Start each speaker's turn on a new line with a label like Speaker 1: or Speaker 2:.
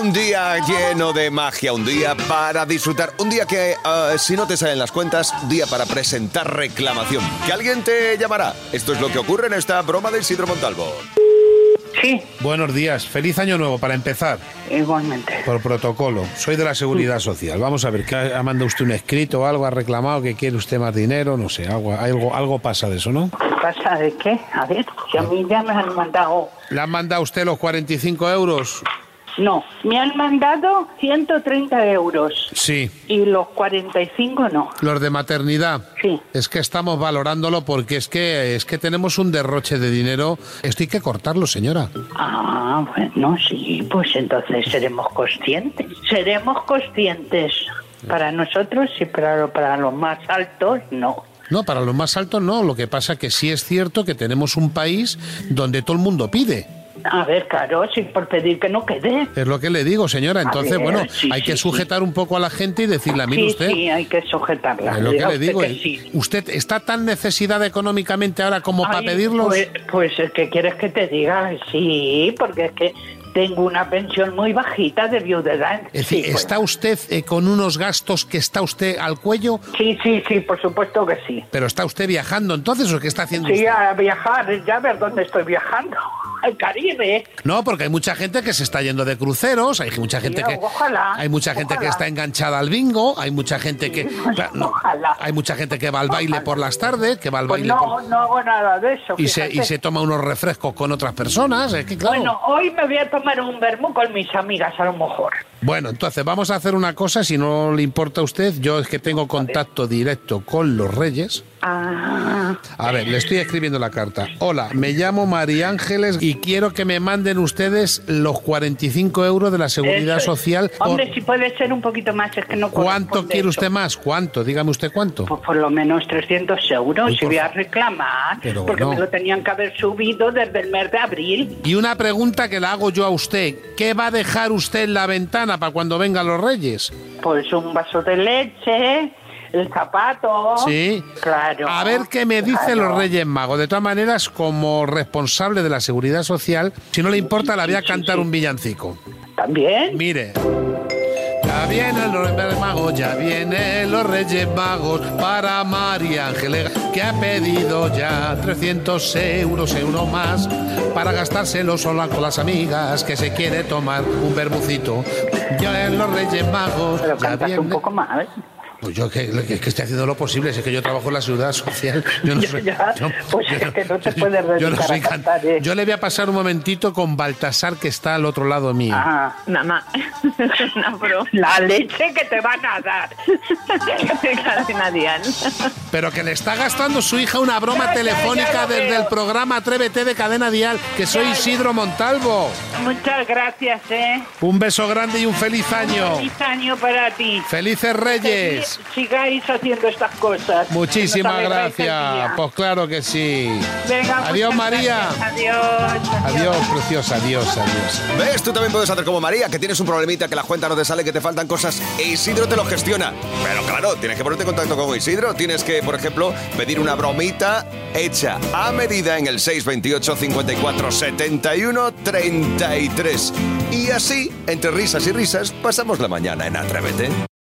Speaker 1: Un día lleno de magia, un día para disfrutar, un día que eh, si no te salen las cuentas, día para presentar reclamación. Que alguien te llamará. Esto es lo que ocurre en esta broma de Isidro Montalvo.
Speaker 2: Sí,
Speaker 3: Buenos días, feliz año nuevo para empezar,
Speaker 2: igualmente.
Speaker 3: por protocolo. Soy de la Seguridad Social. Vamos a ver, ¿qué ha ha mandado usted un escrito o algo? ¿Ha reclamado que quiere usted más dinero? No sé, algo, algo, algo pasa de eso, ¿no?
Speaker 2: ¿Pasa de qué? A ver, si a mí ya me han mandado...
Speaker 3: ¿Le han mandado a usted los 45 euros?
Speaker 2: No, me han mandado 130 euros
Speaker 3: Sí.
Speaker 2: y los 45 no.
Speaker 3: Los de maternidad.
Speaker 2: Sí.
Speaker 3: Es que estamos valorándolo porque es que es que tenemos un derroche de dinero. Esto hay que cortarlo, señora.
Speaker 2: Ah, bueno, sí, pues entonces seremos conscientes. Seremos conscientes. Para nosotros sí, pero para los más altos no.
Speaker 3: No, para los más altos no. Lo que pasa que sí es cierto que tenemos un país donde todo el mundo pide.
Speaker 2: A ver, claro, sí, por pedir que no quede.
Speaker 3: Es lo que le digo, señora. Entonces,
Speaker 2: ver,
Speaker 3: bueno,
Speaker 2: sí,
Speaker 3: hay
Speaker 2: sí,
Speaker 3: que
Speaker 2: sí.
Speaker 3: sujetar un poco a la gente y decirle, mire
Speaker 2: sí,
Speaker 3: usted,
Speaker 2: sí, hay que sujetarla.
Speaker 3: es lo que
Speaker 2: Diga
Speaker 3: le
Speaker 2: usted
Speaker 3: digo.
Speaker 2: que
Speaker 3: eh,
Speaker 2: sí.
Speaker 3: ¿Usted está tan necesidad económicamente ahora como para
Speaker 2: Ay,
Speaker 3: pedirlos?
Speaker 2: Pues, pues es que quieres que te diga, sí, porque es que tengo una pensión muy bajita de viudedad.
Speaker 3: Es
Speaker 2: Sí,
Speaker 3: decir,
Speaker 2: pues,
Speaker 3: ¿está usted eh, con unos gastos que está usted al cuello?
Speaker 2: sí, sí, sí, por supuesto que sí.
Speaker 3: ¿Pero está usted viajando entonces o qué está haciendo
Speaker 2: Sí,
Speaker 3: usted?
Speaker 2: a viajar, ya a ver dónde estoy viajando. Al Caribe.
Speaker 3: No, porque hay mucha gente que se está yendo de cruceros, hay mucha gente
Speaker 2: Mira,
Speaker 3: que
Speaker 2: ojalá,
Speaker 3: hay mucha gente que
Speaker 2: ojalá.
Speaker 3: está enganchada al bingo, hay mucha gente que
Speaker 2: Sí, pues,
Speaker 3: claro, no,
Speaker 2: ojalá.
Speaker 3: hay mucha gente que va al baile por las tardes, que va al
Speaker 2: Pues
Speaker 3: baile
Speaker 2: no,
Speaker 3: por-
Speaker 2: no hago nada de eso.
Speaker 3: y se, y
Speaker 2: fíjate.
Speaker 3: se toma unos refrescos con otras personas, es que claro.
Speaker 2: Bueno,
Speaker 3: Bueno.
Speaker 2: hoy me voy a tomar un vermú con mis amigas, a lo mejor.
Speaker 3: entonces vamos a hacer una cosa, si no le importa a usted, yo es que tengo contacto directo con los Reyes.
Speaker 2: Ah,
Speaker 3: A ver, le estoy escribiendo la carta. Hola, me llamo María Ángeles y quiero que me manden ustedes los 45 euros de la Seguridad
Speaker 2: eso es.
Speaker 3: Social. por-
Speaker 2: Hombre, si puede ser un poquito más, es que no
Speaker 3: ¿Cuánto
Speaker 2: corresponde
Speaker 3: quiere
Speaker 2: eso.
Speaker 3: usted más? ¿Cuánto? Dígame usted cuánto.
Speaker 2: Pues por lo menos 300 euros,
Speaker 3: Uy,
Speaker 2: si
Speaker 3: por
Speaker 2: voy a
Speaker 3: fa-
Speaker 2: reclamar,
Speaker 3: Pero
Speaker 2: porque
Speaker 3: bueno.
Speaker 2: me lo tenían que haber subido desde el mes de abril.
Speaker 3: Y una pregunta que la hago yo a usted. ¿Qué va a dejar usted en la ventana para cuando vengan los reyes?
Speaker 2: Pues un vaso de leche, el zapato.
Speaker 3: Sí.
Speaker 2: ¿Oh? Claro.
Speaker 3: A ver qué me dicen
Speaker 2: claro.
Speaker 3: los reyes magos. De todas maneras, como responsable de la seguridad social, si no le importa, la voy a
Speaker 2: sí, sí,
Speaker 3: cantar
Speaker 2: sí.
Speaker 3: un villancico.
Speaker 2: También.
Speaker 3: Mire. Ya vienen los Reyes Magos, ya vienen los Reyes Magos para María Ángeles, que ha pedido ya 300 euros, euros más, para gastárselo sola con las amigas, que se quiere tomar un bermucito. Ya vienen los Reyes Magos,
Speaker 2: Pero
Speaker 3: ya
Speaker 2: cantas un
Speaker 3: vienen...
Speaker 2: poco más.
Speaker 3: Pues yo que, que- que estoy haciendo lo posible, si es que yo trabajo en la ciudad social. Yo no
Speaker 2: Ya,
Speaker 3: soy-
Speaker 2: ya.
Speaker 3: yo-
Speaker 2: Pues
Speaker 3: yo
Speaker 2: es que no te puedes
Speaker 3: yo no
Speaker 2: dedicar a
Speaker 3: soy can-
Speaker 2: cantar, ¿eh?
Speaker 3: Yo le voy a pasar un momentito con Baltasar, que está al otro lado mío.
Speaker 2: Ah,
Speaker 4: Mamá, una broma.
Speaker 2: la leche que te van a dar.
Speaker 4: Carolina Díaz.
Speaker 3: Pero que le está gastando su hija una
Speaker 2: Ya,
Speaker 3: broma
Speaker 2: ya,
Speaker 3: telefónica
Speaker 2: ya lo
Speaker 3: desde
Speaker 2: veo.
Speaker 3: el programa Atrévete de Cadena Dial, que soy
Speaker 2: Ya, ya.
Speaker 3: Isidro Montalvo.
Speaker 2: Muchas gracias, ¿eh?
Speaker 3: Un beso grande y un feliz año.
Speaker 2: Feliz año para ti.
Speaker 3: Felices Reyes.
Speaker 2: Que Sigáis haciendo estas cosas.
Speaker 3: Muchísimas
Speaker 2: Que nos alegráis el
Speaker 3: gracias.
Speaker 2: día.
Speaker 3: Pues claro que sí.
Speaker 2: Venga,
Speaker 3: Adiós
Speaker 2: muchas
Speaker 3: María.
Speaker 2: gracias. Adiós.
Speaker 3: Adiós, preciosa. Adiós, adiós.
Speaker 1: ¿Ves? Tú también puedes hacer como María, que tienes un problemita, que la cuenta no te sale, que te faltan cosas. e Isidro te lo gestiona. Pero claro, tienes que ponerte en contacto con Isidro. Tienes que, por ejemplo, pedir una bromita hecha a medida en el 628 54 71 33. Y así, entre risas y risas, pasamos la mañana en Atrévete.